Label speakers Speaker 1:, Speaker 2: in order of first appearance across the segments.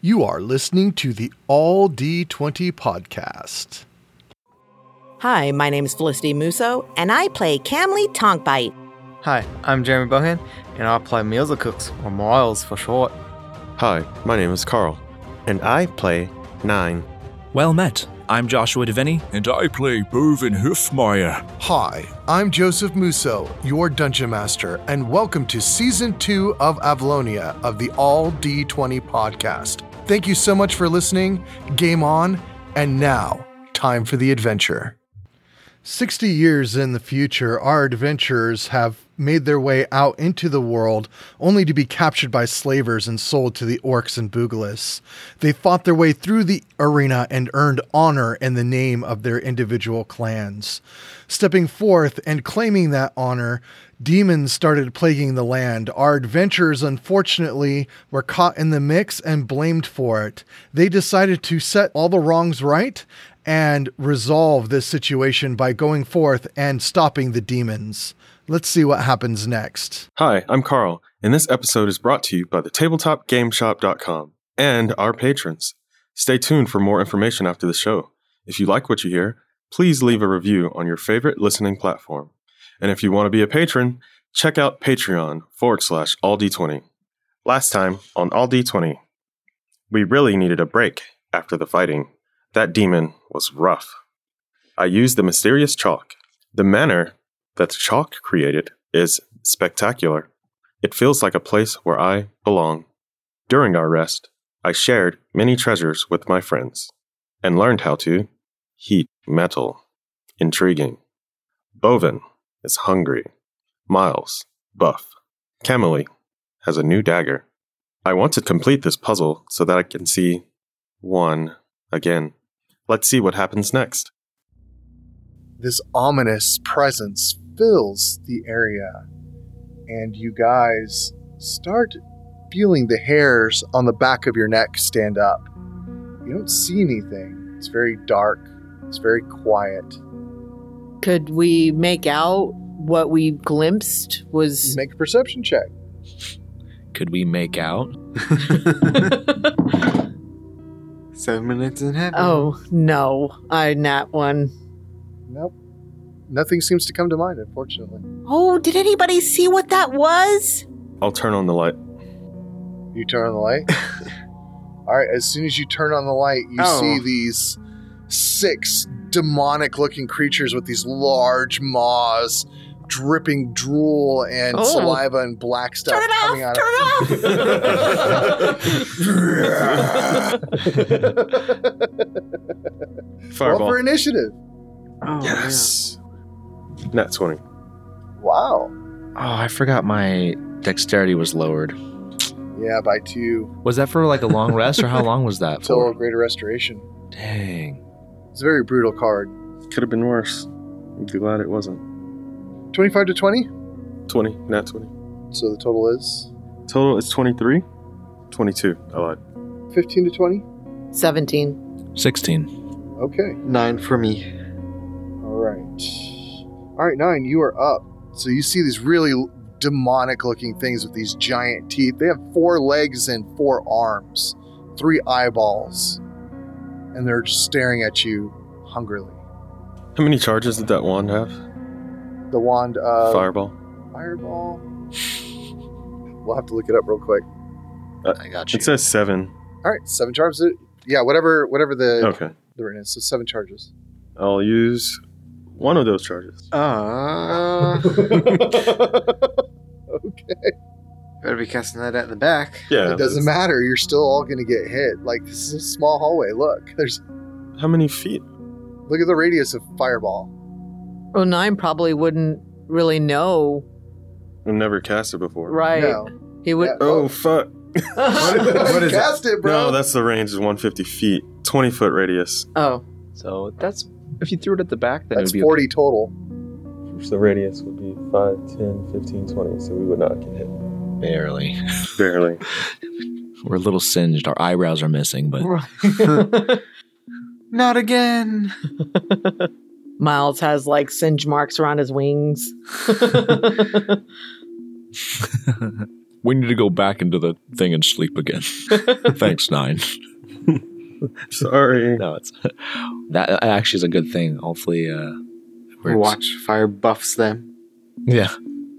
Speaker 1: You are listening to the All D20 podcast.
Speaker 2: Hi, my name is Felicity Musso, and I play Camly Tonkbite.
Speaker 3: Hi, I'm Jeremy Bohan, and I play Meals Cooks, or Miles for short.
Speaker 4: Hi, my name is Carl, and I play Nine.
Speaker 5: Well met. I'm Joshua Deviney.
Speaker 6: And I play Boven Hufmeyer.
Speaker 1: Hi, I'm Joseph Musso, your dungeon master, and welcome to season two of Avalonia of the All D20 podcast. Thank you so much for listening. Game on, and now, time for the adventure. 60 years in the future, our adventurers have made their way out into the world only to be captured by slavers and sold to the orcs and booglists. They fought their way through the arena and earned honor in the name of their individual clans. Stepping forth and claiming that honor, demons started plaguing the land. Our adventurers, unfortunately, were caught in the mix and blamed for it. They decided to set all the wrongs right and resolve this situation by going forth and stopping the demons. Let's see what happens next.
Speaker 4: Hi, I'm Carl, and this episode is brought to you by the tabletopgameshop.com and our patrons. Stay tuned for more information after the show. If you like what you hear, please leave a review on your favorite listening platform. And if you want to be a patron, check out Patreon forward slash all D20. Last time on all D20, we really needed a break after the fighting. That demon was rough. I used the mysterious chalk. The manner that the chalk created is spectacular. It feels like a place where I belong. During our rest, I shared many treasures with my friends and learned how to heat metal. Intriguing. Bovin is hungry. Miles, buff. Camely has a new dagger. I want to complete this puzzle so that I can see one again. Let's see what happens next.
Speaker 1: this ominous presence fills the area, and you guys start feeling the hairs on the back of your neck stand up. You don't see anything, it's very dark, it's very quiet.
Speaker 7: Could we make out what we glimpsed was
Speaker 1: Make a perception check.
Speaker 5: Could we make out?
Speaker 3: Seven minutes in heaven.
Speaker 7: Oh no, I not one.
Speaker 1: Nope. Nothing seems to come to mind, unfortunately.
Speaker 2: Oh, did anybody see what that was?
Speaker 4: I'll turn on the light.
Speaker 1: You turn on the light. All right, as soon as you turn on the light, you
Speaker 3: Oh.
Speaker 1: see these six demonic looking creatures with these large maws dripping drool and
Speaker 7: Oh.
Speaker 1: saliva and black stuff
Speaker 2: Turn it off!
Speaker 1: coming
Speaker 2: Turn
Speaker 1: out
Speaker 2: it off!
Speaker 1: of Roll
Speaker 4: Fireball.
Speaker 1: for initiative.
Speaker 3: Oh,
Speaker 4: yes. Nat 20.
Speaker 1: Wow.
Speaker 8: Oh, I forgot my dexterity was lowered.
Speaker 1: Yeah, by two.
Speaker 8: Was that for like a long rest or how long was that
Speaker 1: Total
Speaker 8: for?
Speaker 1: greater restoration.
Speaker 8: Dang.
Speaker 1: It's a very brutal card.
Speaker 4: Could have been worse. I'm glad it wasn't.
Speaker 1: 25 to 20.
Speaker 4: 20. Nat 20.
Speaker 1: So the total is
Speaker 4: Total is 23. 22. I lied.
Speaker 1: 15 to 20.
Speaker 7: Seventeen.
Speaker 5: 16.
Speaker 1: Okay.
Speaker 3: yeah. Nine for me.
Speaker 1: All right. All right, Nine, you are up. So you see these really demonic looking things with these giant teeth. They have four legs and four arms, three eyeballs, and they're just staring at you hungrily.
Speaker 4: How many charges did that wand have?
Speaker 1: The wand of
Speaker 4: Fireball.
Speaker 1: Fireball. We'll have to look it up real quick.
Speaker 8: I got
Speaker 4: It says seven.
Speaker 1: All right, seven charges. Yeah, whatever, whatever the
Speaker 4: Okay.
Speaker 1: the written is. So seven charges.
Speaker 4: I'll use one of those charges.
Speaker 3: Uh,
Speaker 1: okay.
Speaker 3: better be casting that at the back.
Speaker 4: Yeah.
Speaker 1: it doesn't
Speaker 4: that's-
Speaker 1: matter. You're still all going to get hit. Like this is a small hallway. Look, there's
Speaker 4: How many feet?
Speaker 1: look at the radius of fireball.
Speaker 7: Well, nine probably wouldn't really know,
Speaker 4: I've never cast it before.
Speaker 7: right?
Speaker 1: No,
Speaker 7: He would.
Speaker 4: Oh, fuck. what is
Speaker 1: Cast it, bro.
Speaker 4: No, that's the range is 150 feet, 20 foot radius.
Speaker 7: Oh,
Speaker 8: So that's if you threw it at the back, then
Speaker 1: that's
Speaker 8: it would
Speaker 1: 40
Speaker 8: be
Speaker 1: total.
Speaker 4: So radius would be 5, 10, 15, 20. So we would not get hit.
Speaker 8: barely.
Speaker 4: Barely.
Speaker 8: We're a little singed. Our eyebrows are missing, but
Speaker 3: Not again.
Speaker 7: Miles has like singe marks around his wings.
Speaker 8: We need to go back into the thing and sleep again. Thanks, Nine.
Speaker 4: Sorry.
Speaker 8: No, it's that actually is a good thing. Hopefully, uh, we're-
Speaker 3: Watch fire buffs them.
Speaker 8: Yeah,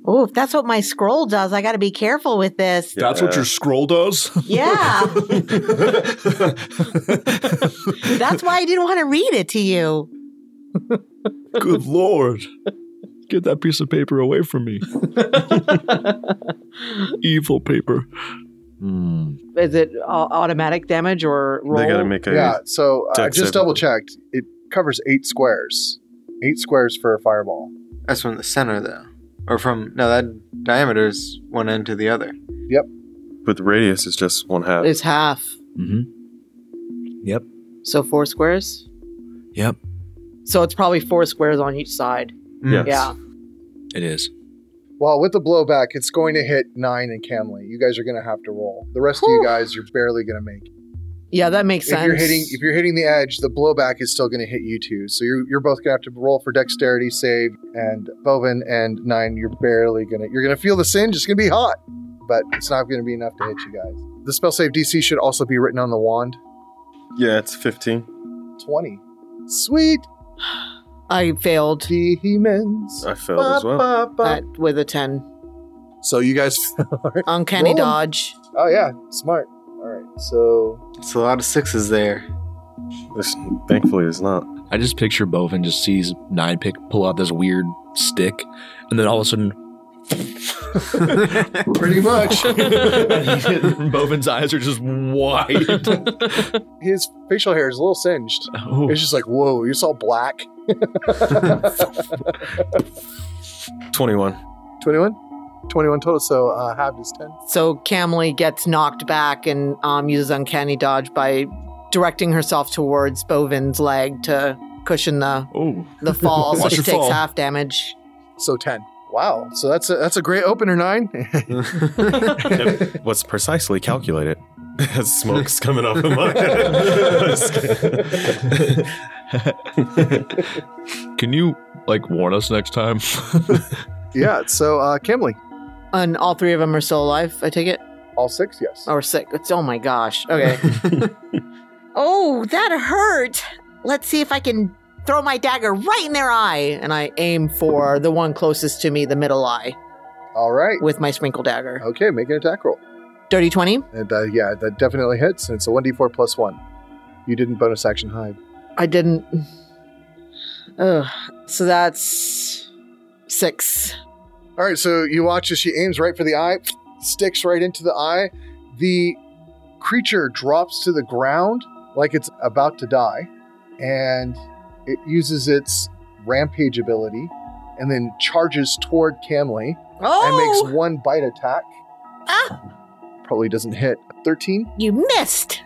Speaker 2: Oh, if that's what my scroll does, I got to be careful with this.
Speaker 6: That's what your scroll does?
Speaker 2: Yeah. that's why I didn't want to read it to you.
Speaker 8: good lord, get that piece of paper away from me. Evil paper. Hmm.
Speaker 7: Is it au- automatic damage or roll?
Speaker 4: They gotta make a
Speaker 1: Yeah, so I
Speaker 4: Dex
Speaker 1: just
Speaker 4: saving.
Speaker 1: double checked. It covers eight squares. Eight squares for a fireball.
Speaker 3: That's from the center, though. Or from, no, that diameter is one end to the other.
Speaker 4: but the radius is just one half.
Speaker 7: It's half.
Speaker 5: Mm-hmm. Yep.
Speaker 7: So four squares.
Speaker 5: Yep.
Speaker 7: So it's probably four squares on each side.
Speaker 3: Hmm.
Speaker 4: Yes.
Speaker 7: Yeah.
Speaker 5: It is.
Speaker 1: Well, with the blowback, it's going to hit nine and Camley. You guys are going to have to roll. The rest of you
Speaker 7: Whew.
Speaker 1: guys, you're barely going to make. it.
Speaker 7: Yeah, that makes
Speaker 1: If
Speaker 7: sense.
Speaker 1: you're hitting, if you're hitting the edge, the blowback is still going to hit you two. So you're, you're both going to have to roll for dexterity save, and Bovin and nine. You're barely going to. You're going to feel the singe. It's going to be hot, but it's not going to be enough to hit you guys. The spell save DC should also be written on the wand.
Speaker 4: Yeah, it's 15.
Speaker 1: Twenty. Sweet
Speaker 7: I failed
Speaker 1: demons.
Speaker 4: I failed as well.
Speaker 1: Ba, ba, ba.
Speaker 7: at, with a ten.
Speaker 9: So you guys,
Speaker 7: Uncanny
Speaker 1: Roll 'em.
Speaker 7: dodge.
Speaker 1: Oh yeah, smart. All right, so
Speaker 3: It's a lot of sixes there.
Speaker 4: This, thankfully, it's not.
Speaker 8: I just picture Bovin just sees Nine pick pull out this weird stick, and then all of a sudden,
Speaker 1: pretty much
Speaker 8: Bovin's eyes are just wide.
Speaker 1: his facial hair is a little singed.
Speaker 8: Oh,
Speaker 1: It's just like whoa, you saw black.
Speaker 4: 21.
Speaker 1: 21? 21 total. So uh, halved is ten.
Speaker 7: So Camely gets knocked back and um, uses uncanny dodge by directing herself towards Bovin's leg to cushion the
Speaker 5: Oh.
Speaker 7: the fall, so
Speaker 5: Watch
Speaker 7: she
Speaker 5: your
Speaker 7: takes
Speaker 5: fall.
Speaker 7: half damage.
Speaker 1: So ten. Wow. So that's a that's a great opener nine.
Speaker 4: What's precisely calculated? Smoke's coming off of my head.
Speaker 8: can you like warn us next time?
Speaker 1: yeah. So uh, Kimley,
Speaker 7: And all three of them are still alive. I take it,
Speaker 1: all six. Yes.
Speaker 7: or sick. It's oh my gosh. Okay,
Speaker 2: Oh, that hurt. Let's see if I can
Speaker 7: throw my dagger right in their eye, and I aim for the one closest to me, the middle eye,
Speaker 1: All right.
Speaker 7: with my sprinkle dagger.
Speaker 1: Okay, make an attack roll.
Speaker 7: Dirty twenty.
Speaker 1: And uh, yeah, that definitely hits. And it's a one d four plus one. You didn't bonus action hide.
Speaker 7: I didn't. Ugh. So that's six.
Speaker 1: All right, so you watch as she aims right for the eye, sticks right into the eye. The creature drops to the ground like it's about to die, and it uses its rampage ability and then charges toward Camley
Speaker 7: Oh,
Speaker 1: and makes one bite attack.
Speaker 2: Ah!
Speaker 1: Probably doesn't hit. 13
Speaker 2: You missed.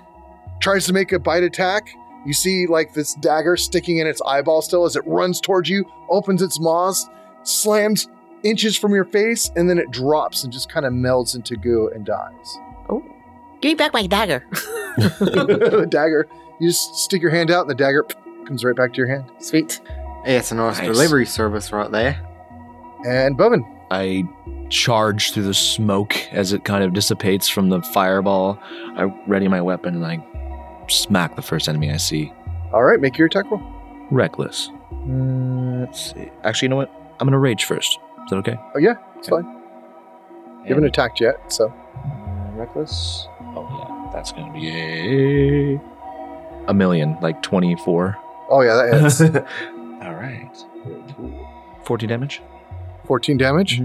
Speaker 1: tries to make a bite attack. You see, like, this dagger sticking in its eyeball still as it runs towards you, opens its maws, slams inches from your face, and then it drops and just kind of melds into goo and dies.
Speaker 7: Oh.
Speaker 2: Give me back my dagger.
Speaker 1: the dagger, you just stick your hand out, and the dagger comes right back to your hand.
Speaker 7: Sweet.
Speaker 3: Hey, it's a nice,
Speaker 8: Nice.
Speaker 3: delivery service right there.
Speaker 1: And Bovin,
Speaker 8: I charge through the smoke as it kind of dissipates from the fireball. I ready my weapon and I smack the first enemy I see.
Speaker 1: all right, make your attack roll.
Speaker 8: Reckless. Uh, let's see. Actually, you know what? I'm gonna rage first. Is that okay?
Speaker 1: Oh, yeah, it's fine. You haven't
Speaker 8: And-
Speaker 1: attacked yet, so.
Speaker 8: Uh, reckless. Oh yeah, that's gonna be a a million, like twenty four.
Speaker 1: Oh, yeah, that hits.
Speaker 8: All right. Fourteen damage.
Speaker 1: 14 damage.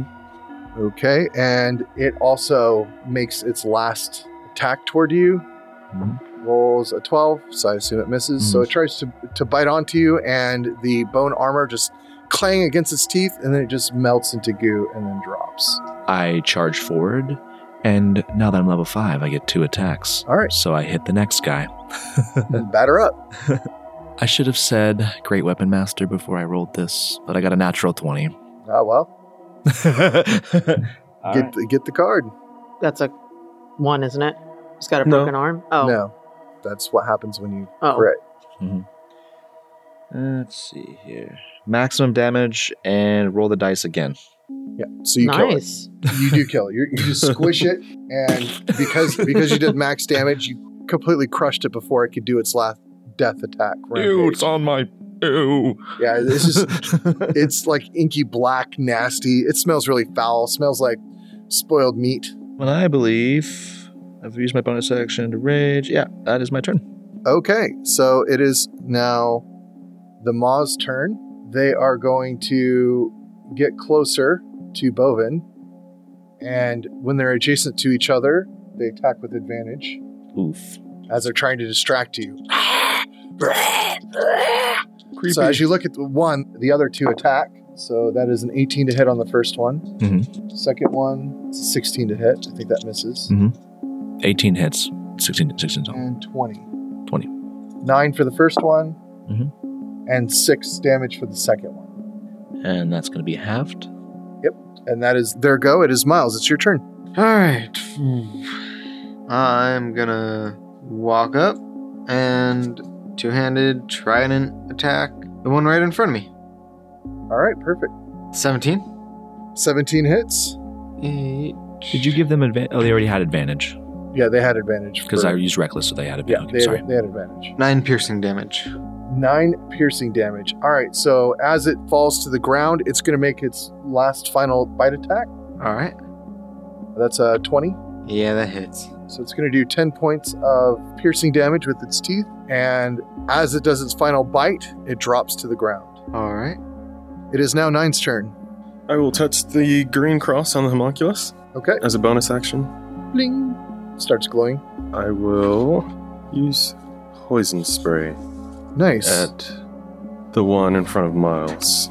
Speaker 1: Okay, and it also makes its last attack toward you. Mm-hmm. Rolls a 12, so I assume it misses. So
Speaker 8: Mhm.
Speaker 1: it tries to, to bite onto you, and the bone armor just clang against its teeth, and then it just melts into goo and then drops.
Speaker 8: I charge forward, and now that I'm level five, I get two attacks.
Speaker 1: All right,
Speaker 8: So I hit the next guy.
Speaker 1: batter up.
Speaker 8: I should have said Great Weapon Master before I rolled this, but I got a natural 20.
Speaker 1: Ah, well,
Speaker 8: All
Speaker 1: get,
Speaker 8: right.
Speaker 1: the, get the card.
Speaker 7: That's a one, isn't it? It's got a
Speaker 4: No.
Speaker 7: broken arm. Oh.
Speaker 1: No, that's what happens when you
Speaker 7: Oh.
Speaker 1: crit.
Speaker 8: Let's see here. Maximum damage and roll the dice again.
Speaker 1: Yeah. So you kill it.
Speaker 7: nice.
Speaker 1: You do kill it. You, you just squish it, and because because you did max damage, you completely crushed it before it could do its last death attack.
Speaker 6: Ew,
Speaker 1: rampage.
Speaker 6: it's on my. Ew.
Speaker 1: Yeah, this is it's like inky black, nasty. It smells really foul. smells like spoiled meat.
Speaker 5: Well, I believe I've used my bonus action to rage. Yeah, that is my turn.
Speaker 1: Okay, so it is now the Maw's turn. They are going to get closer to Bovin, and when they're adjacent to each other, they attack with advantage
Speaker 5: Oof.
Speaker 1: as they're trying to distract you. So as you look at the one, the other two attack. So that is an 18 to hit on the first one.
Speaker 5: Mm-hmm.
Speaker 1: Second one, it's a 16 to hit. I think that misses.
Speaker 5: 18 hits. 16, 16 total.
Speaker 1: and 20.
Speaker 5: 20.
Speaker 1: Nine for the first one,
Speaker 5: Mhm.
Speaker 1: and six damage for the second one.
Speaker 5: And that's going to be halved.
Speaker 1: And that is their go. It is Miles. It's your turn.
Speaker 3: All right. I'm gonna walk up and two-handed trident attack the one right in front of me.
Speaker 1: All right, perfect.
Speaker 3: 17.
Speaker 1: 17 hits.
Speaker 3: Eight.
Speaker 5: Did you give them advantage? Oh, they already had advantage
Speaker 1: Yeah, they had advantage.
Speaker 5: because
Speaker 1: for-
Speaker 5: I used reckless, so they had
Speaker 1: Yeah,
Speaker 5: advantage.
Speaker 1: they
Speaker 5: Sorry.
Speaker 1: had, they had advantage.
Speaker 3: Nine piercing damage.
Speaker 1: Nine piercing damage. All right, so as it falls to the ground, it's going to make its last final bite attack.
Speaker 3: All right.
Speaker 1: That's a 20.
Speaker 3: Yeah, that hits.
Speaker 1: So it's going to do 10 points of piercing damage with its teeth. And as it does its final bite, it drops to the ground.
Speaker 3: All right.
Speaker 1: It is now Nine's turn.
Speaker 4: I will touch the green cross on the homunculus
Speaker 1: Okay.
Speaker 4: as a bonus action.
Speaker 1: Bling. Starts glowing.
Speaker 4: I will use poison spray
Speaker 1: Nice.
Speaker 4: at the one in front of Miles.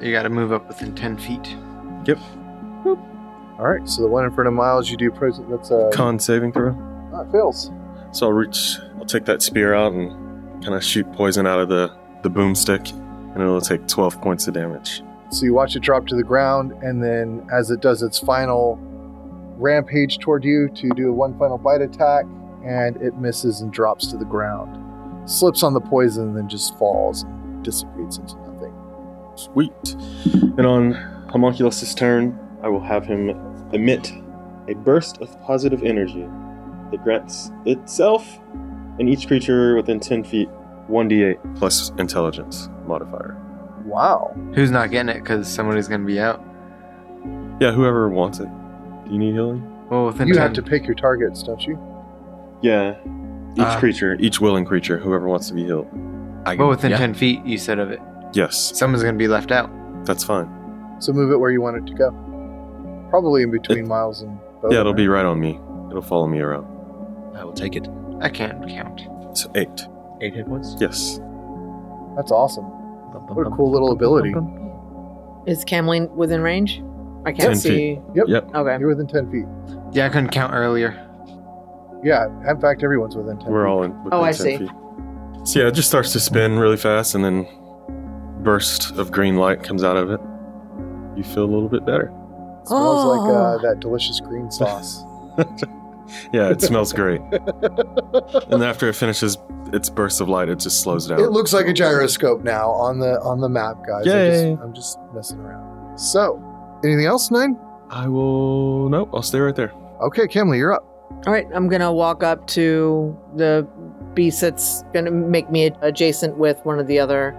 Speaker 3: You gotta move up within 10 feet.
Speaker 1: All right. So the one in front of Miles, you do poison. That's a
Speaker 4: Con saving throw.
Speaker 1: uh, fails.
Speaker 4: So I'll reach, I'll take that spear out and kind of shoot poison out of the, the boomstick, and it'll take 12 points of damage.
Speaker 1: So you watch it drop to the ground, and then as it does its final rampage toward you to do one final bite attack, and it misses and drops to the ground, slips on the poison, and then just falls and dissipates into nothing.
Speaker 4: Sweet. And on Homunculus's turn, I will have him emit a burst of positive energy that grants itself and each creature within 10 feet 1d8 plus intelligence modifier.
Speaker 1: Wow.
Speaker 3: Who's not getting it? Because somebody's gonna be out.
Speaker 4: Yeah, whoever wants it. Do you need healing?
Speaker 3: Well, within
Speaker 1: You
Speaker 3: 10.
Speaker 1: have to pick your targets, don't you?
Speaker 4: Yeah. Each
Speaker 3: Uh.
Speaker 4: creature, each willing creature, whoever wants to be healed.
Speaker 5: I
Speaker 3: Well, within
Speaker 5: yeah.
Speaker 3: 10 feet, you said of it.
Speaker 4: Yes,
Speaker 3: Someone's gonna be left out.
Speaker 4: that's fine.
Speaker 1: So move it where you want it to go. Probably in between
Speaker 4: It-
Speaker 1: Miles and.
Speaker 4: Yeah, it'll be
Speaker 1: right?
Speaker 4: right on me. It'll follow me around.
Speaker 5: I will take it.
Speaker 3: I can't count.
Speaker 4: So eight.
Speaker 5: Eight hit points.
Speaker 4: Yes.
Speaker 1: That's awesome. What a cool little ability.
Speaker 7: Is Camlin within range? I
Speaker 4: Ten
Speaker 7: can't see.
Speaker 4: feet.
Speaker 1: Yep.
Speaker 4: Yep.
Speaker 7: Okay.
Speaker 1: You're within 10 feet.
Speaker 3: Yeah, I couldn't count earlier.
Speaker 1: Yeah, in fact, everyone's within 10
Speaker 4: We're
Speaker 1: feet.
Speaker 4: all in. within
Speaker 7: Oh, I
Speaker 4: 10
Speaker 7: see.
Speaker 4: feet. So yeah, it just starts to spin really fast, and then burst of green light comes out of it. You feel a little bit better.
Speaker 1: It smells like uh,
Speaker 2: Oh.
Speaker 1: that delicious green sauce.
Speaker 4: Yeah, it smells great. And after it finishes its burst of light, it just slows down.
Speaker 1: it looks like a gyroscope now on the on the map, guys.
Speaker 4: Yay.
Speaker 1: I'm just, I'm just messing around. So, anything else, Nine?
Speaker 4: I will. Nope. I'll stay right there.
Speaker 1: Okay, Kimley, you're up.
Speaker 7: All right. I'm gonna walk up to the beast that's gonna make me adjacent with one of the other.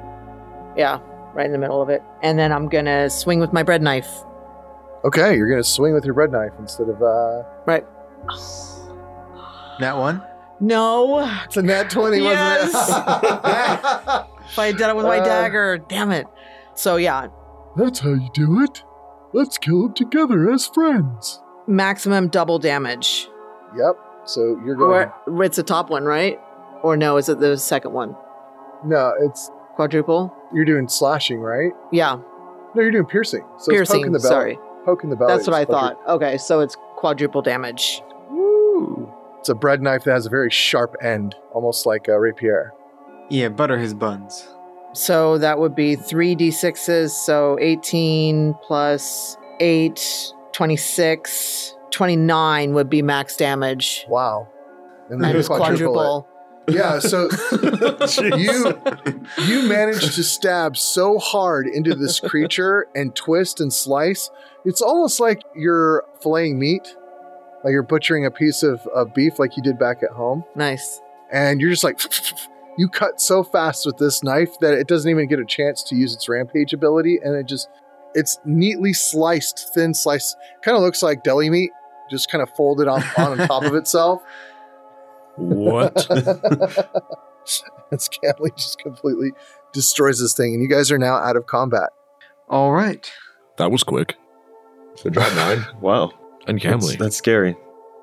Speaker 7: Yeah, right in the middle of it, and then I'm gonna swing with my bread knife.
Speaker 1: Okay, you're gonna swing with your bread knife instead of uh.
Speaker 3: That one?
Speaker 7: No,
Speaker 1: It's a nat twenty,
Speaker 7: Yes.
Speaker 1: wasn't
Speaker 7: if I had done it with my
Speaker 1: Uh.
Speaker 7: dagger, damn it. So yeah,
Speaker 1: it? That's how you do it. Let's kill them together as friends.
Speaker 7: maximum double damage.
Speaker 1: Yep. So you're going.
Speaker 7: Or it's the top one, right? Or no, is it the second one?
Speaker 1: No, it's
Speaker 7: Quadruple?
Speaker 1: you're doing slashing, right?
Speaker 7: Yeah,
Speaker 1: No, you're doing piercing. So it's
Speaker 7: piercing.
Speaker 1: poking the Oh, belly.
Speaker 7: Sorry,
Speaker 1: Poking the belly.
Speaker 7: that's what
Speaker 1: is
Speaker 7: I
Speaker 1: poking-
Speaker 7: thought. Okay, so it's quadruple damage.
Speaker 1: It's a bread knife that has a very sharp end, almost like a rapier.
Speaker 3: Yeah, butter his buns.
Speaker 7: So that would be three d6s. So 18 plus 8, 26, 29 would be max damage.
Speaker 1: Wow. And
Speaker 7: That
Speaker 1: you
Speaker 7: is quadruple.
Speaker 1: quadruple Yeah, so you you manage to stab so hard into this creature and twist and slice. It's almost like you're filleting meat, like you're butchering a piece of, of beef like you did back at home.
Speaker 7: Nice.
Speaker 1: And you're just like, you cut so fast with this knife that it doesn't even get a chance to use its rampage ability. And it just, it's neatly sliced, thin sliced. Kind of looks like deli meat, just kind of folded on, on top of itself.
Speaker 8: What?
Speaker 1: And Scamley just completely destroys this thing. And you guys are now out of combat.
Speaker 3: All right.
Speaker 6: That was quick.
Speaker 10: Good job, nine.
Speaker 4: Wow. That's,
Speaker 8: Uncamely.
Speaker 4: that's scary.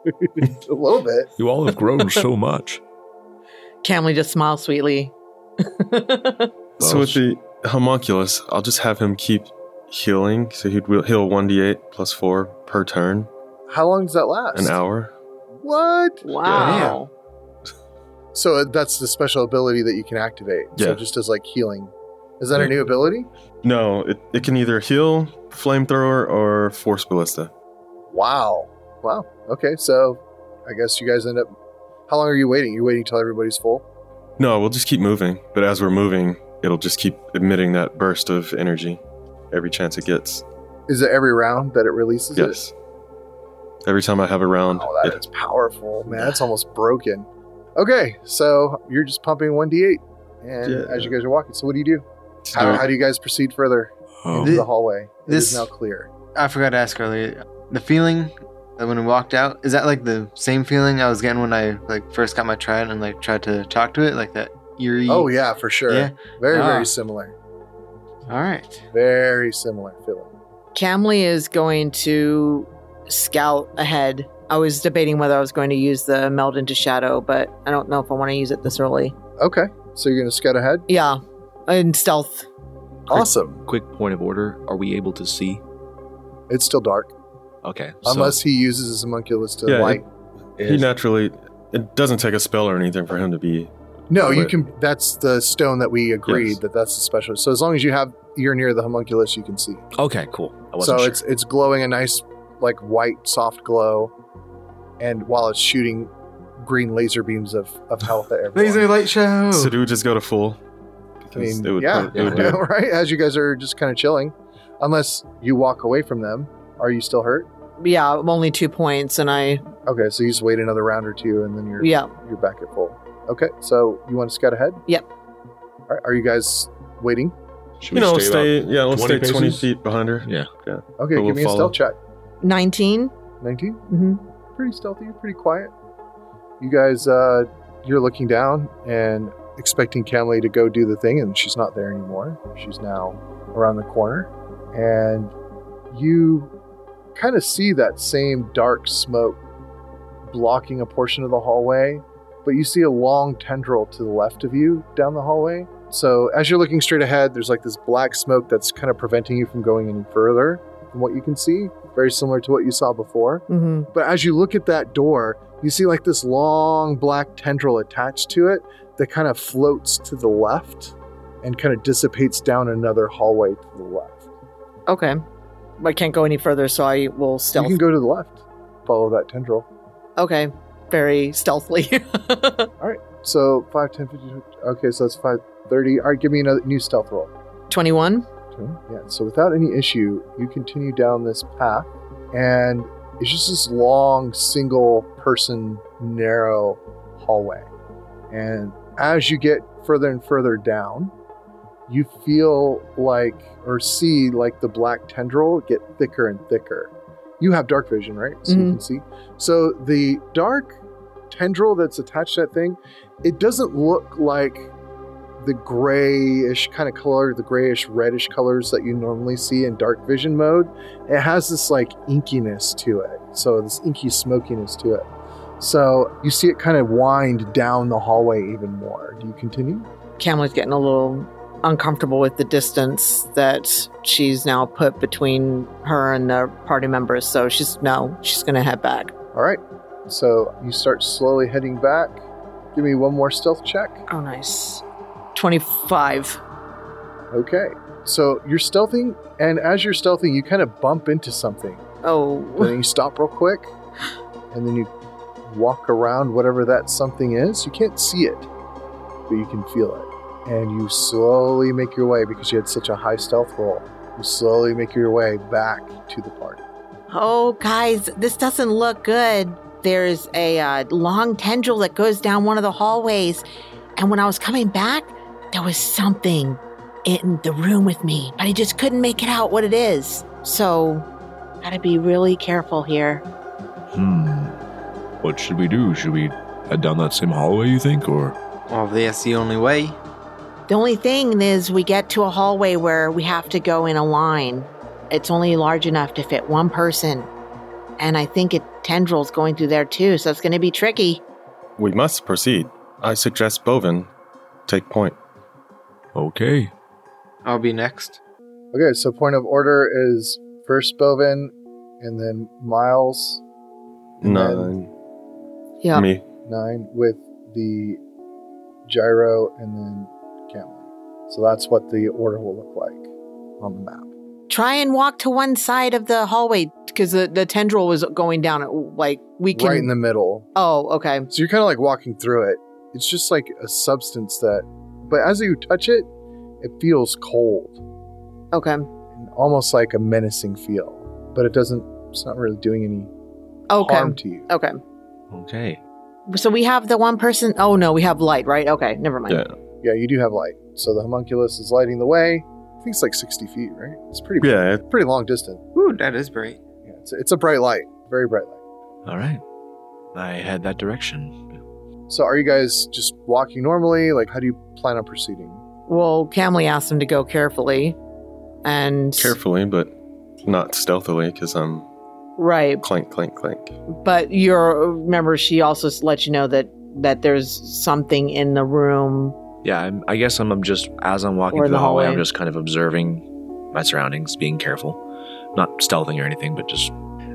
Speaker 1: A little bit.
Speaker 6: You all have grown so much.
Speaker 7: Camley just smiles sweetly.
Speaker 4: So with the homunculus, I'll just have him keep healing. So he'd will heal 1d8 plus 4 per turn,
Speaker 1: How long does that last?
Speaker 4: an hour.
Speaker 1: What?
Speaker 7: wow.
Speaker 1: So uh, that's the special ability that you can activate. So
Speaker 4: Yeah.
Speaker 1: it just as like healing. Is that a
Speaker 4: Yeah.
Speaker 1: new ability?
Speaker 4: No, it, it can either heal, flamethrower, or force ballista.
Speaker 1: Wow. Wow. Okay. So I guess you guys end up. How long are you waiting? You're waiting till everybody's full?
Speaker 4: No, we'll just keep moving. But as we're moving, it'll just keep emitting that burst of energy every chance it gets.
Speaker 1: Is it every round that it releases it?
Speaker 4: Yes. Every time I have a round,
Speaker 1: Oh, that
Speaker 4: it-
Speaker 1: is powerful. Man, that's almost broken. Okay. So you're just pumping 1d8 and
Speaker 4: Yeah.
Speaker 1: as you guys are walking. So what do you do?
Speaker 4: it's
Speaker 1: How,
Speaker 4: doing-
Speaker 1: how do you guys proceed further
Speaker 6: Oh,
Speaker 1: into the hallway? It is
Speaker 3: this-
Speaker 1: now clear.
Speaker 3: I forgot to ask earlier. The feeling that when I walked out is that like the same feeling I was getting when I like first got my trident and like tried to talk to it, like that eerie.
Speaker 1: Oh, yeah, for sure.
Speaker 3: Yeah.
Speaker 1: Very,
Speaker 3: Ah.
Speaker 1: very similar.
Speaker 3: All right.
Speaker 1: Very similar feeling.
Speaker 7: Camley is going to scout ahead. I was debating whether I was going to use the meld into shadow, but I don't know if I want to use it this early.
Speaker 1: Okay. So you're going to scout ahead?
Speaker 7: Yeah, and stealth.
Speaker 1: Awesome.
Speaker 8: Quick point of order. Are we able to see?
Speaker 1: It's still dark.
Speaker 8: Okay.
Speaker 1: Unless he uses his homunculus to
Speaker 4: Yeah, it-
Speaker 1: light.
Speaker 4: he naturally. It doesn't take a spell or anything for him to be.
Speaker 1: no, you
Speaker 4: Wait.
Speaker 1: can. That's the stone that we agreed
Speaker 4: Yes.
Speaker 1: that that's the special. So as long as you have you're near the homunculus, you can see.
Speaker 8: So, okay, cool. I
Speaker 1: So
Speaker 8: wasn't sure.
Speaker 1: it's it's glowing a nice like white soft glow, and while it's shooting green laser beams of of health at everyone.
Speaker 3: Laser light show.
Speaker 4: So do we just go to full?
Speaker 1: I mean,
Speaker 4: It would
Speaker 1: yeah,
Speaker 4: pro- it would be-
Speaker 1: right. As you guys are just kind of chilling, unless you walk away from them, are you still hurt?
Speaker 7: Yeah, only two points, and I
Speaker 1: Okay, so you just wait another round or two, and then you're
Speaker 7: yeah
Speaker 1: you're back at full. Okay, so you want to scout ahead?
Speaker 7: Yep.
Speaker 1: All right, are you guys waiting?
Speaker 10: Should
Speaker 4: You know, stay, yeah, let's
Speaker 10: 20
Speaker 4: stay 20
Speaker 10: paces?
Speaker 4: feet behind her.
Speaker 1: Okay,
Speaker 4: But we'll
Speaker 1: give me a
Speaker 4: follow.
Speaker 1: stealth check.
Speaker 7: 19
Speaker 1: 19?
Speaker 7: Mm-hmm.
Speaker 1: Pretty stealthy, pretty quiet. You guys, uh, you're looking down and expecting Camley to go do the thing, and she's not there anymore. She's now around the corner. And you kind of see that same dark smoke blocking a portion of the hallway, but you see a long tendril to the left of you down the hallway. So as you're looking straight ahead, there's like this black smoke that's kind of preventing you from going any further from what you can see. Very similar to what you saw before.
Speaker 7: Mm-hmm.
Speaker 1: But as you look at that door, you see like this long black tendril attached to it that kind of floats to the left and kind of dissipates down another hallway to the left.
Speaker 7: Okay, I can't go any further, so I will
Speaker 1: You
Speaker 7: stealth.
Speaker 1: can go to the left, follow that tendril.
Speaker 7: okay, very stealthily.
Speaker 1: So 5, 10, 15, okay, so that's 5, 30. All right, give me another new stealth roll.
Speaker 7: 21.
Speaker 1: Okay, Yeah, so without any issue, you continue down this path, and it's just this long, single person, narrow hallway. And as you get further and further down, you feel like or see like the black tendril get thicker and thicker. You have dark vision, right? So you
Speaker 7: Mhm.
Speaker 1: can see. So the dark tendril that's attached to that thing, it doesn't look like the grayish kind of color, the grayish reddish colors that you normally see in dark vision mode. It has this like inkiness to it. So this inky smokiness to it. So you see it kind of wind down the hallway even more. Do you continue?
Speaker 7: Camley's getting a little uncomfortable with the distance that she's now put between her and the party members, so she's no, she's gonna head back.
Speaker 1: All right. So you start slowly heading back. Give me one more stealth check.
Speaker 7: Oh, nice. 25.
Speaker 1: Okay. So you're stealthing, and as you're stealthing, you kind of bump into something. And
Speaker 7: Oh,
Speaker 1: then you stop real quick, and then you walk around whatever that something is. You can't see it, but you can feel it. And you slowly make your way because you had such a high stealth roll. You slowly make your way back to the party.
Speaker 2: Oh, guys, this doesn't look good. There's a uh, long tendril that goes down one of the hallways. And when I was coming back, there was something in the room with me, but I just couldn't make it out what it is. So, gotta be really careful here.
Speaker 6: Hmm. What should we do? Should we head down that same hallway, you think? Or.
Speaker 3: Well, if that's the only way.
Speaker 2: The only thing is, we get to a hallway where we have to go in a line. It's only large enough to fit one person. And I think it tendrils going through there too, so it's gonna be tricky.
Speaker 4: We must proceed. I suggest Bovin take point.
Speaker 6: Okay.
Speaker 3: I'll be next.
Speaker 1: Okay, so point of order is first Bovin, and then Miles. and then
Speaker 4: Nine.
Speaker 7: Yeah.
Speaker 4: Me.
Speaker 1: nine with the gyro and then Cameron. So that's what the order will look like on the map.
Speaker 2: Try and walk to one side of the hallway.
Speaker 7: Because the, the tendril was going down, at, like, we can.
Speaker 1: Right in the middle.
Speaker 7: oh, okay.
Speaker 1: So you're kind of like walking through it. It's just like a substance that, but as you touch it, it feels cold
Speaker 7: Okay.
Speaker 1: and almost like a menacing feel. But it doesn't. It's not really doing any
Speaker 7: Okay.
Speaker 1: harm to you.
Speaker 7: Okay.
Speaker 8: Okay.
Speaker 2: So we have the one person.
Speaker 7: Oh, no, we have light, right? Okay, never mind.
Speaker 4: Yeah.
Speaker 1: Yeah, you do have light. So the homunculus is lighting the way. I think it's like 60 feet, right? It's pretty.
Speaker 4: Yeah, it-
Speaker 1: Pretty long distance.
Speaker 3: Ooh, that is bright.
Speaker 1: Yeah, it's, it's a bright light. Very bright light.
Speaker 8: All right. I head that direction.
Speaker 1: So are you guys just walking normally? Like, how do you plan on proceeding?
Speaker 7: Well, Camley asked him to go carefully. And.
Speaker 4: carefully, but not stealthily, because I'm
Speaker 7: Right.
Speaker 4: clank, clank, clank.
Speaker 7: But you're. Remember, she also s- let you know that that there's something in the room.
Speaker 8: Yeah, I'm, I guess I'm, I'm just, as I'm walking
Speaker 7: Or
Speaker 8: through
Speaker 7: the
Speaker 8: the hallway,
Speaker 7: hallway.
Speaker 8: I'm just kind of observing my surroundings, being careful. Not stealthing or anything, but just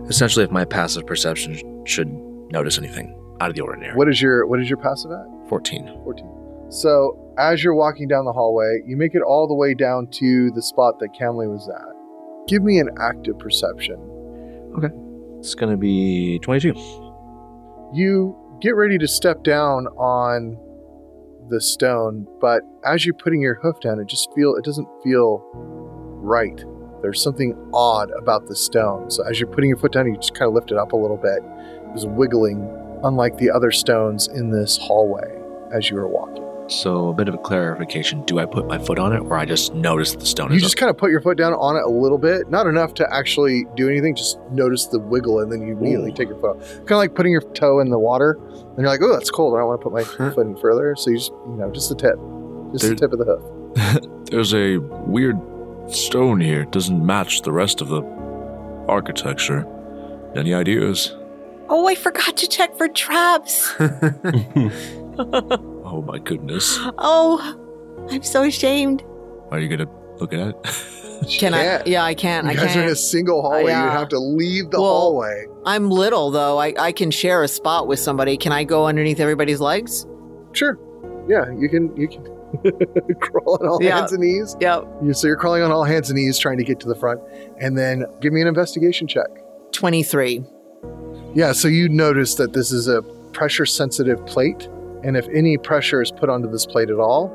Speaker 8: essentially if my passive perception should notice anything out of the ordinary.
Speaker 1: What is your what is your passive at?
Speaker 8: 14.
Speaker 1: 14. So as you're walking down the hallway, you make it all the way down to the spot that Camley was at. Give me an active perception.
Speaker 8: It's going to be 22.
Speaker 1: You get ready to step down on the stone, but as you're putting your hoof down, it just feel it doesn't feel right. There's something odd about the stone. So as you're putting your foot down, you just kind of lift it up a little bit. It was wiggling, unlike the other stones in this hallway as you were walking.
Speaker 8: So a bit of a clarification. Do I put my foot on it or I just notice the stone
Speaker 1: You
Speaker 8: is
Speaker 1: just
Speaker 8: up?
Speaker 1: kind of put your foot down on it a little bit, not enough to actually do anything. Just notice the wiggle, and then you immediately take your foot. Kind of like putting your toe in the water, and you're like, "Oh, that's cold. I don't want to put my foot in further." So you just, you know, just the tip, just the
Speaker 6: Dude.
Speaker 1: tip of the hoof.
Speaker 6: There's a weird stone here. It doesn't match the rest of the architecture. Any ideas?
Speaker 2: Oh, I forgot to check for traps.
Speaker 6: Oh my goodness.
Speaker 2: Oh, I'm so ashamed.
Speaker 6: Are you gonna look at it?
Speaker 7: Can I?
Speaker 1: Can't.
Speaker 7: Yeah, I can't.
Speaker 1: You
Speaker 7: I
Speaker 1: guys
Speaker 7: can't.
Speaker 1: are in a single hallway.
Speaker 7: yeah.
Speaker 1: You have to leave the
Speaker 7: Well-
Speaker 1: hallway.
Speaker 7: I'm little though. I, I can share a spot with somebody. Can I go underneath everybody's legs?
Speaker 1: Sure. Yeah, you can. You can crawl on all
Speaker 7: Yeah.
Speaker 1: hands and knees.
Speaker 7: Yep.
Speaker 1: You, so you're crawling on all hands and knees, trying to get to the front, and then give me an investigation check.
Speaker 7: 23.
Speaker 1: Yeah, so you notice that this is a pressure sensitive plate, and if any pressure is put onto this plate at all,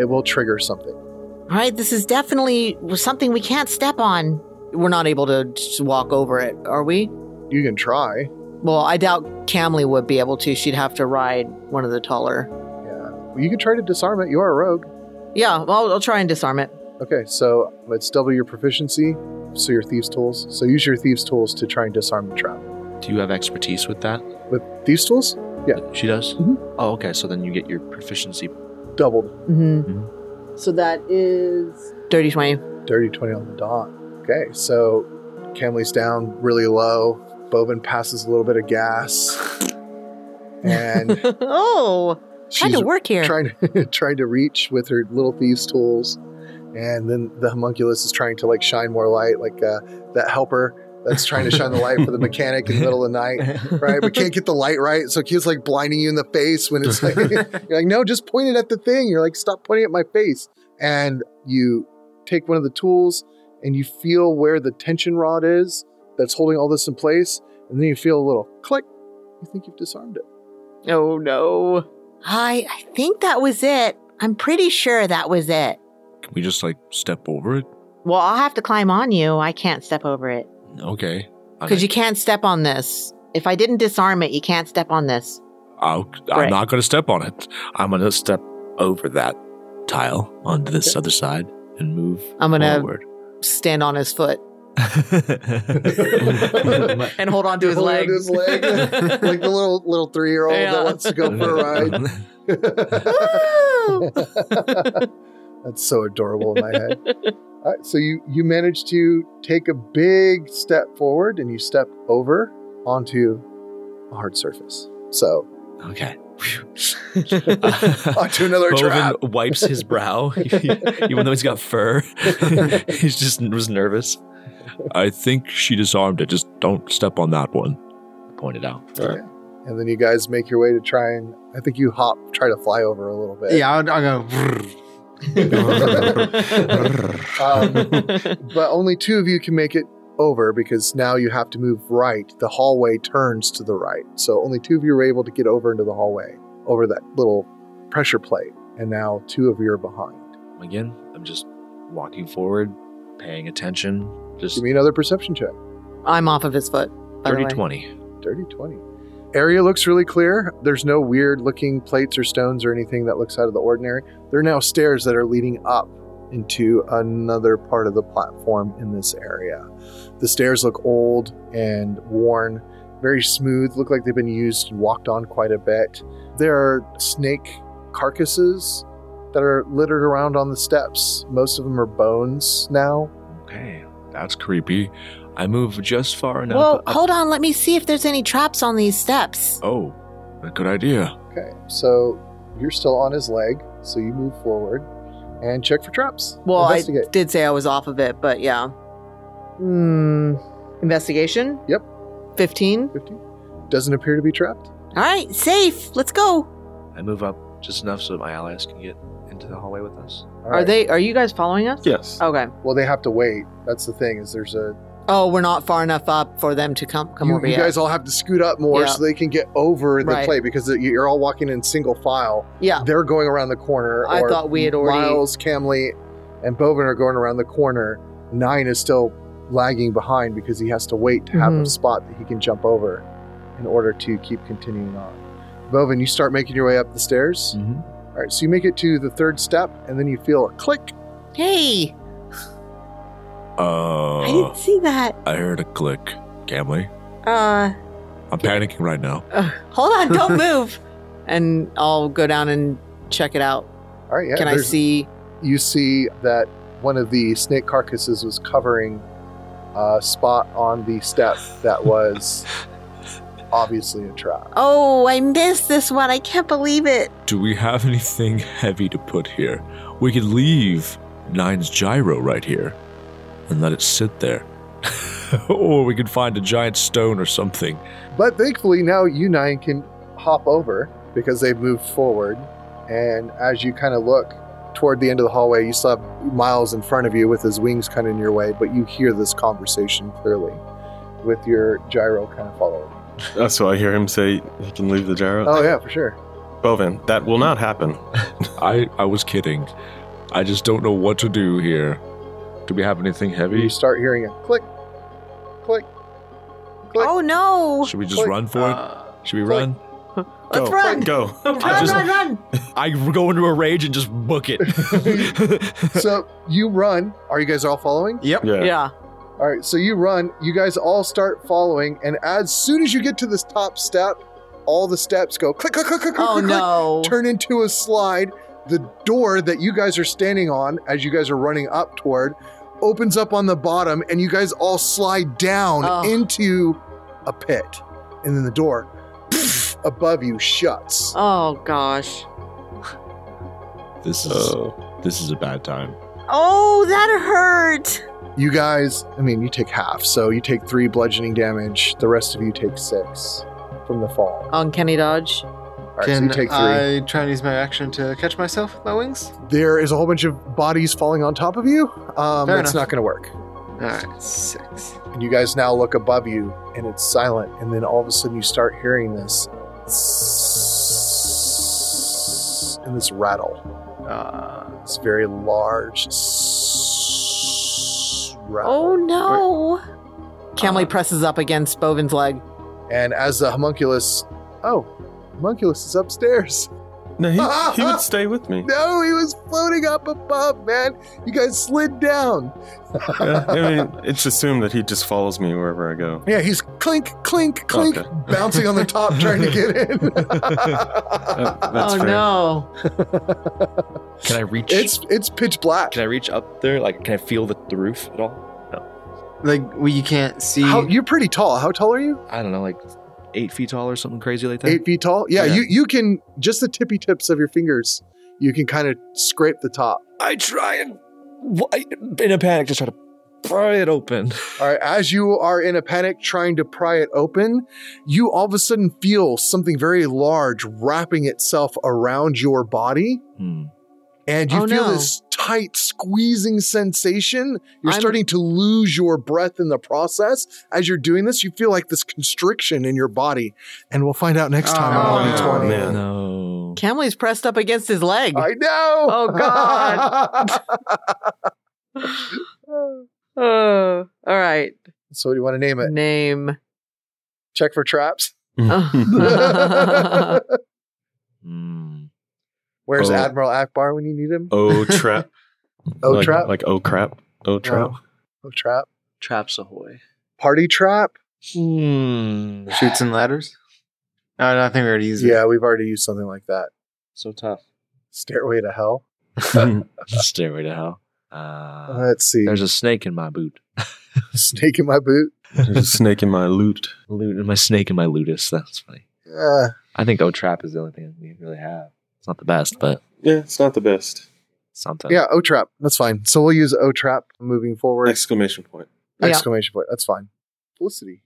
Speaker 1: it will trigger something.
Speaker 2: All right, this is definitely something we can't step on.
Speaker 7: We're not able to just walk over it, are we?
Speaker 1: You can try.
Speaker 7: Well, I doubt Camley would be able to. She'd have to ride one of the taller.
Speaker 1: Yeah. You can try to disarm it. You are a rogue.
Speaker 7: Yeah, well, I'll try and disarm it.
Speaker 1: Okay, so let's double your proficiency. So your thieves' tools. So use your thieves' tools to try and disarm the trap.
Speaker 8: Do you have expertise with that?
Speaker 1: With thieves' tools,
Speaker 8: She does?
Speaker 1: Mhm.
Speaker 8: Oh, okay. So then you get your proficiency.
Speaker 1: doubled.
Speaker 7: Mm-hmm. So that is dirty 20.
Speaker 1: Dirty 20 on the dot. Okay, so Camley's down really low. Bovin passes a little bit of gas. And
Speaker 2: oh, trying
Speaker 1: she's
Speaker 2: to work here.
Speaker 1: trying to trying to reach with her little thieves tools and then the homunculus is trying to like shine more light like uh, that helper that's trying to shine the light for the mechanic in the middle of the night right but can't get the light right so he's like blinding you in the face when it's like you're like no just point it at the thing you're like stop pointing at my face and you take one of the tools and you feel where the tension rod is that's holding all this in place and then you feel a little click You think you've disarmed it?
Speaker 7: Oh no.
Speaker 2: I I think that was it. I'm pretty sure that was it.
Speaker 6: Can we just like step over it?
Speaker 2: Well, I'll have to climb on you. I can't step over it
Speaker 6: Okay. I
Speaker 2: because you can't step on this. If I didn't disarm it, you can't step on this.
Speaker 6: I'll, I'm
Speaker 2: Right.
Speaker 6: not going to step on it.
Speaker 8: I'm gonna step over that tile onto this other side and move
Speaker 7: I'm gonna-
Speaker 8: forward.
Speaker 7: Stand on his foot
Speaker 8: My-
Speaker 7: and hold on to his
Speaker 1: Hold on
Speaker 7: leg.
Speaker 1: to his leg. like the little little three year old
Speaker 7: Yeah.
Speaker 1: that wants to go for a ride.
Speaker 7: Woo!
Speaker 1: That's so adorable in my head. All right, so you you manage to take a big step forward and you step over onto a hard surface. So
Speaker 8: okay.
Speaker 1: onto another trap.
Speaker 8: Bovin wipes his brow, even though he's got fur. he's just was nervous.
Speaker 6: I think she disarmed it. Just don't step on that one.
Speaker 8: Pointed out.
Speaker 1: And then you guys make your way to try and I think you hop, try to fly over a little bit.
Speaker 3: Yeah, I'll, I'll go.
Speaker 1: Um, but only two of you can make it over because now you have to move right. The hallway turns to the right. So only two of you are able to get over into the hallway over that little pressure plate. And now two of you are behind.
Speaker 8: Again, I'm just walking forward, paying attention. Just
Speaker 1: Give me another perception check.
Speaker 7: I'm off of his foot. by the
Speaker 8: 30
Speaker 7: way.
Speaker 8: 20.
Speaker 1: Dirty 20. Area looks really clear. There's no weird looking plates or stones or anything that looks out of the ordinary. There are now stairs that are leading up into another part of the platform in this area. The stairs look old and worn, very smooth, look like they've been used and walked on quite a bit. There are snake carcasses that are littered around on the steps. Most of them are bones now.
Speaker 6: Okay, that's creepy. I move just far enough.
Speaker 2: well,
Speaker 6: up-
Speaker 2: hold on. Let me see if there's any traps on these steps.
Speaker 6: Oh, a good idea.
Speaker 1: Okay, so you're still on his leg, so you move forward and check for traps.
Speaker 7: Well, I
Speaker 1: Investigate.
Speaker 7: did say I was off of it, but yeah. Hmm. Investigation?
Speaker 1: Yep.
Speaker 7: 15?
Speaker 1: 15. Doesn't appear to be trapped.
Speaker 2: All right, safe. Let's go.
Speaker 8: I move up just enough so that my allies can get into the hallway with us.
Speaker 1: All
Speaker 7: Are
Speaker 1: right.
Speaker 7: they are you guys following us?
Speaker 4: Yes.
Speaker 7: Okay.
Speaker 1: Well, they have to wait. That's the thing. Is there's a
Speaker 7: Oh, we're not far enough up for them to come come
Speaker 1: you,
Speaker 7: over
Speaker 1: you
Speaker 7: yet.
Speaker 1: guys all have to scoot up more
Speaker 7: Yeah.
Speaker 1: so they can get over the
Speaker 7: Right.
Speaker 1: plate because you're all walking in single file.
Speaker 7: yeah.
Speaker 1: They're going around the corner.
Speaker 7: Oh. I
Speaker 1: or
Speaker 7: thought we had already-
Speaker 1: Miles, Camley, and Bovin are going around the corner. Nine is still lagging behind because he has to wait to have a
Speaker 7: Mhm.
Speaker 1: spot that he can jump over in order to keep continuing on. Bovin, you start making your way up the stairs.
Speaker 7: Mm.
Speaker 6: Mm-hmm.
Speaker 1: All right, so you make it to the third step, and then you feel a click.
Speaker 2: Hey,
Speaker 8: Mm-hmm.
Speaker 2: I
Speaker 6: Uh,
Speaker 2: didn't see that.
Speaker 6: I heard a click, Camley.
Speaker 2: Uh,
Speaker 6: I'm panicking right now.
Speaker 7: Uh,
Speaker 2: hold on. Don't move.
Speaker 7: and I'll go down and check it out.
Speaker 1: All right, yeah.
Speaker 7: Can I
Speaker 1: there's-
Speaker 7: see?
Speaker 1: You see that one of the snake carcasses was covering a spot on the step that was obviously a trap.
Speaker 2: Oh, I missed this one. I can't believe it.
Speaker 6: Do we have anything heavy to put here? We could leave Nine's gyro right here and let it sit there. or we could find a giant stone or something.
Speaker 1: But thankfully, now you nine can hop over because they've moved forward. And as you kind of look toward the end of the hallway, you still have Miles in front of you with his wings kind of in your way, but you hear this conversation clearly with your gyro kind of following.
Speaker 4: That's why Uh, I hear him say he can leave the gyro.
Speaker 1: Oh, yeah, for sure.
Speaker 4: Bovin, that will not happen.
Speaker 6: I, I was kidding. I just don't know what to do here. Do we have anything
Speaker 1: You
Speaker 6: heavy?
Speaker 1: start hearing a click, click, click.
Speaker 2: Oh no.
Speaker 6: Should we just
Speaker 1: Click.
Speaker 6: run for
Speaker 3: uh,
Speaker 6: it? Should we run?
Speaker 2: Let's
Speaker 4: go,
Speaker 2: run.
Speaker 4: Go.
Speaker 2: Run,
Speaker 6: just-
Speaker 2: run, run.
Speaker 6: I go into a rage and just book it.
Speaker 1: so you run. Are you guys all following?
Speaker 8: Yep.
Speaker 4: Yeah.
Speaker 7: Yeah.
Speaker 1: All right. So you run. You guys all start following, and as soon as you get to this top step, all the steps go click, click, click, click, click,
Speaker 7: Oh
Speaker 1: click, click,
Speaker 7: no.
Speaker 1: turn into a slide. The door that you guys are standing on, as you guys are running up toward, opens up on the bottom, and you guys all slide down
Speaker 7: Oh.
Speaker 1: into a pit, and then the door above you shuts.
Speaker 7: Oh gosh.
Speaker 6: this is
Speaker 4: Oh.
Speaker 6: this is a bad time.
Speaker 2: Oh, that hurt.
Speaker 1: You guys, I mean, you take half, so you take three bludgeoning damage. The rest of you take six from the fall.
Speaker 7: Uncanny dodge.
Speaker 1: All right, so you
Speaker 3: Can
Speaker 1: take three.
Speaker 3: I try and use my action to catch myself with my wings?
Speaker 1: There is a whole bunch of bodies falling on top of you. Um,
Speaker 3: Fair
Speaker 1: that's
Speaker 3: enough.
Speaker 1: not going to work.
Speaker 3: All right, six.
Speaker 1: And you guys now look above you and it's silent. And then all of a sudden you start hearing this and this rattle.
Speaker 3: Uh,
Speaker 1: This very large rattle.
Speaker 11: Oh no.
Speaker 1: Uh-huh.
Speaker 7: Camley presses up against Bovin's leg.
Speaker 1: And as the homunculus, oh, homunculus is upstairs.
Speaker 4: No, he, he would stay with me.
Speaker 1: No, he was floating up above, man. You guys slid down.
Speaker 4: Yeah, I mean, it's assumed that he just follows me wherever I go.
Speaker 1: Yeah, he's clink, clink, clink,
Speaker 4: Okay.
Speaker 1: bouncing on the top, trying to get in.
Speaker 4: That- that's
Speaker 7: oh
Speaker 4: fair.
Speaker 7: no.
Speaker 8: Can I reach?
Speaker 1: it's it's pitch black.
Speaker 8: can I reach up there? Like, can I feel the, the roof at all?
Speaker 3: Like, well, you can't see.
Speaker 1: How, you're pretty tall. How tall are you?
Speaker 8: I don't know, like eight feet tall or something crazy like that.
Speaker 1: Eight feet tall. Yeah,
Speaker 8: Yeah.
Speaker 1: you you can just the tippy tips of your fingers. You can kind of scrape the top.
Speaker 8: I try and I, in a panic, just try to pry it open.
Speaker 1: All right, as you are in a panic trying to pry it open, you all of a sudden feel something very large wrapping itself around your body,
Speaker 8: Hmm.
Speaker 1: and you
Speaker 7: Oh,
Speaker 1: feel
Speaker 7: no.
Speaker 1: this tight squeezing sensation. You're
Speaker 7: I'm-
Speaker 1: starting to lose your breath in the process. As you're doing this, you feel like this constriction in your body, and we'll find out next time
Speaker 3: Oh,
Speaker 1: on
Speaker 3: no.
Speaker 1: 120.
Speaker 4: Man.
Speaker 8: No.
Speaker 7: Camley's pressed up against his leg.
Speaker 1: I know.
Speaker 7: Oh, God. oh, all right.
Speaker 1: so, what do you want to name it?
Speaker 7: Name.
Speaker 1: Check for traps.
Speaker 7: Oh.
Speaker 8: Hmm.
Speaker 1: Where's
Speaker 4: Oh.
Speaker 1: Admiral Akbar when you need him?
Speaker 4: Oh trap.
Speaker 1: Oh,
Speaker 4: Like-
Speaker 1: trap?
Speaker 4: Like oh crap. Oh trap.
Speaker 1: Oh, trap.
Speaker 8: Traps ahoy.
Speaker 1: Party trap.
Speaker 8: Hmm.
Speaker 3: Shoots and ladders. Oh, no, I think we already used it.
Speaker 1: Yeah, we've already used something like that.
Speaker 8: So tough.
Speaker 1: Stairway to Hell.
Speaker 8: Stairway to hell. Uh,
Speaker 1: Let's see.
Speaker 8: there's a snake in my boot.
Speaker 1: snake in my boot.
Speaker 4: There's a snake in my loot.
Speaker 8: Loot my snake in my ludus. That's funny.
Speaker 1: Uh,
Speaker 8: I think O Trap is the only thing we really have. It's not the best, but
Speaker 4: Yeah, it's not the best.
Speaker 8: something.
Speaker 1: yeah, O trap. That's fine. So we'll use O trap moving forward.
Speaker 4: Exclamation point.
Speaker 7: Yeah.
Speaker 1: Exclamation point. That's fine. Felicity.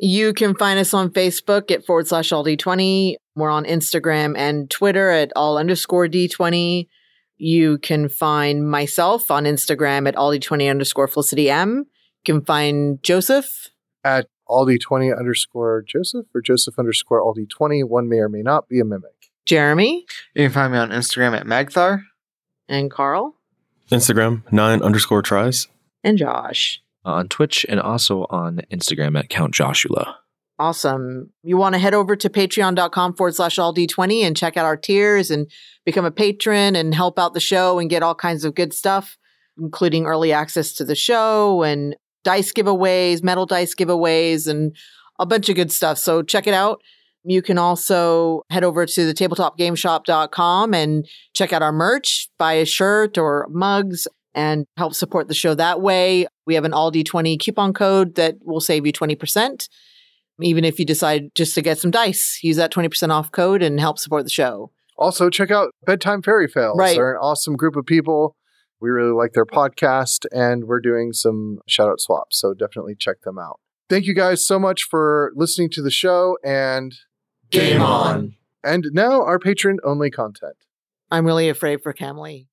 Speaker 7: You can find us on Facebook at forward slash all D20. We're on Instagram and Twitter at all underscore D20. You can find myself on Instagram at all D20 underscore Felicity M. You can find Joseph.
Speaker 1: At Aldi20 underscore Joseph or Joseph underscore Aldi20. One may or may not be a mimic.
Speaker 7: Jeremy
Speaker 3: You can find me on Instagram at Magthar.
Speaker 7: and Carl
Speaker 4: Instagram nine underscore tries.
Speaker 7: and Josh.
Speaker 8: Uh, On Twitch and also on Instagram at Count Joshua.
Speaker 7: Awesome. You want to head over to patreon.com forward slash all D20 and check out our tiers and become a patron and help out the show and get all kinds of good stuff, including early access to the show and dice giveaways, metal dice giveaways, and a bunch of good stuff. So check it out. You can also head over to the tabletopgameshop.com and check out our merch, buy a shirt or mugs, and help support the show that way. We have an all D20 coupon code that will save you 20% even if you decide just to get some dice, use that 20% off code and help support the show.
Speaker 1: Also, check out Bedtime Fairy Tales.
Speaker 7: Right.
Speaker 1: They're an awesome group of people. We really like their podcast, and we're doing some shout out swaps. So definitely check them out. Thank you guys so much for listening to the show and
Speaker 7: Game on.
Speaker 1: And now our patron only content.
Speaker 7: I'm really afraid for Camly.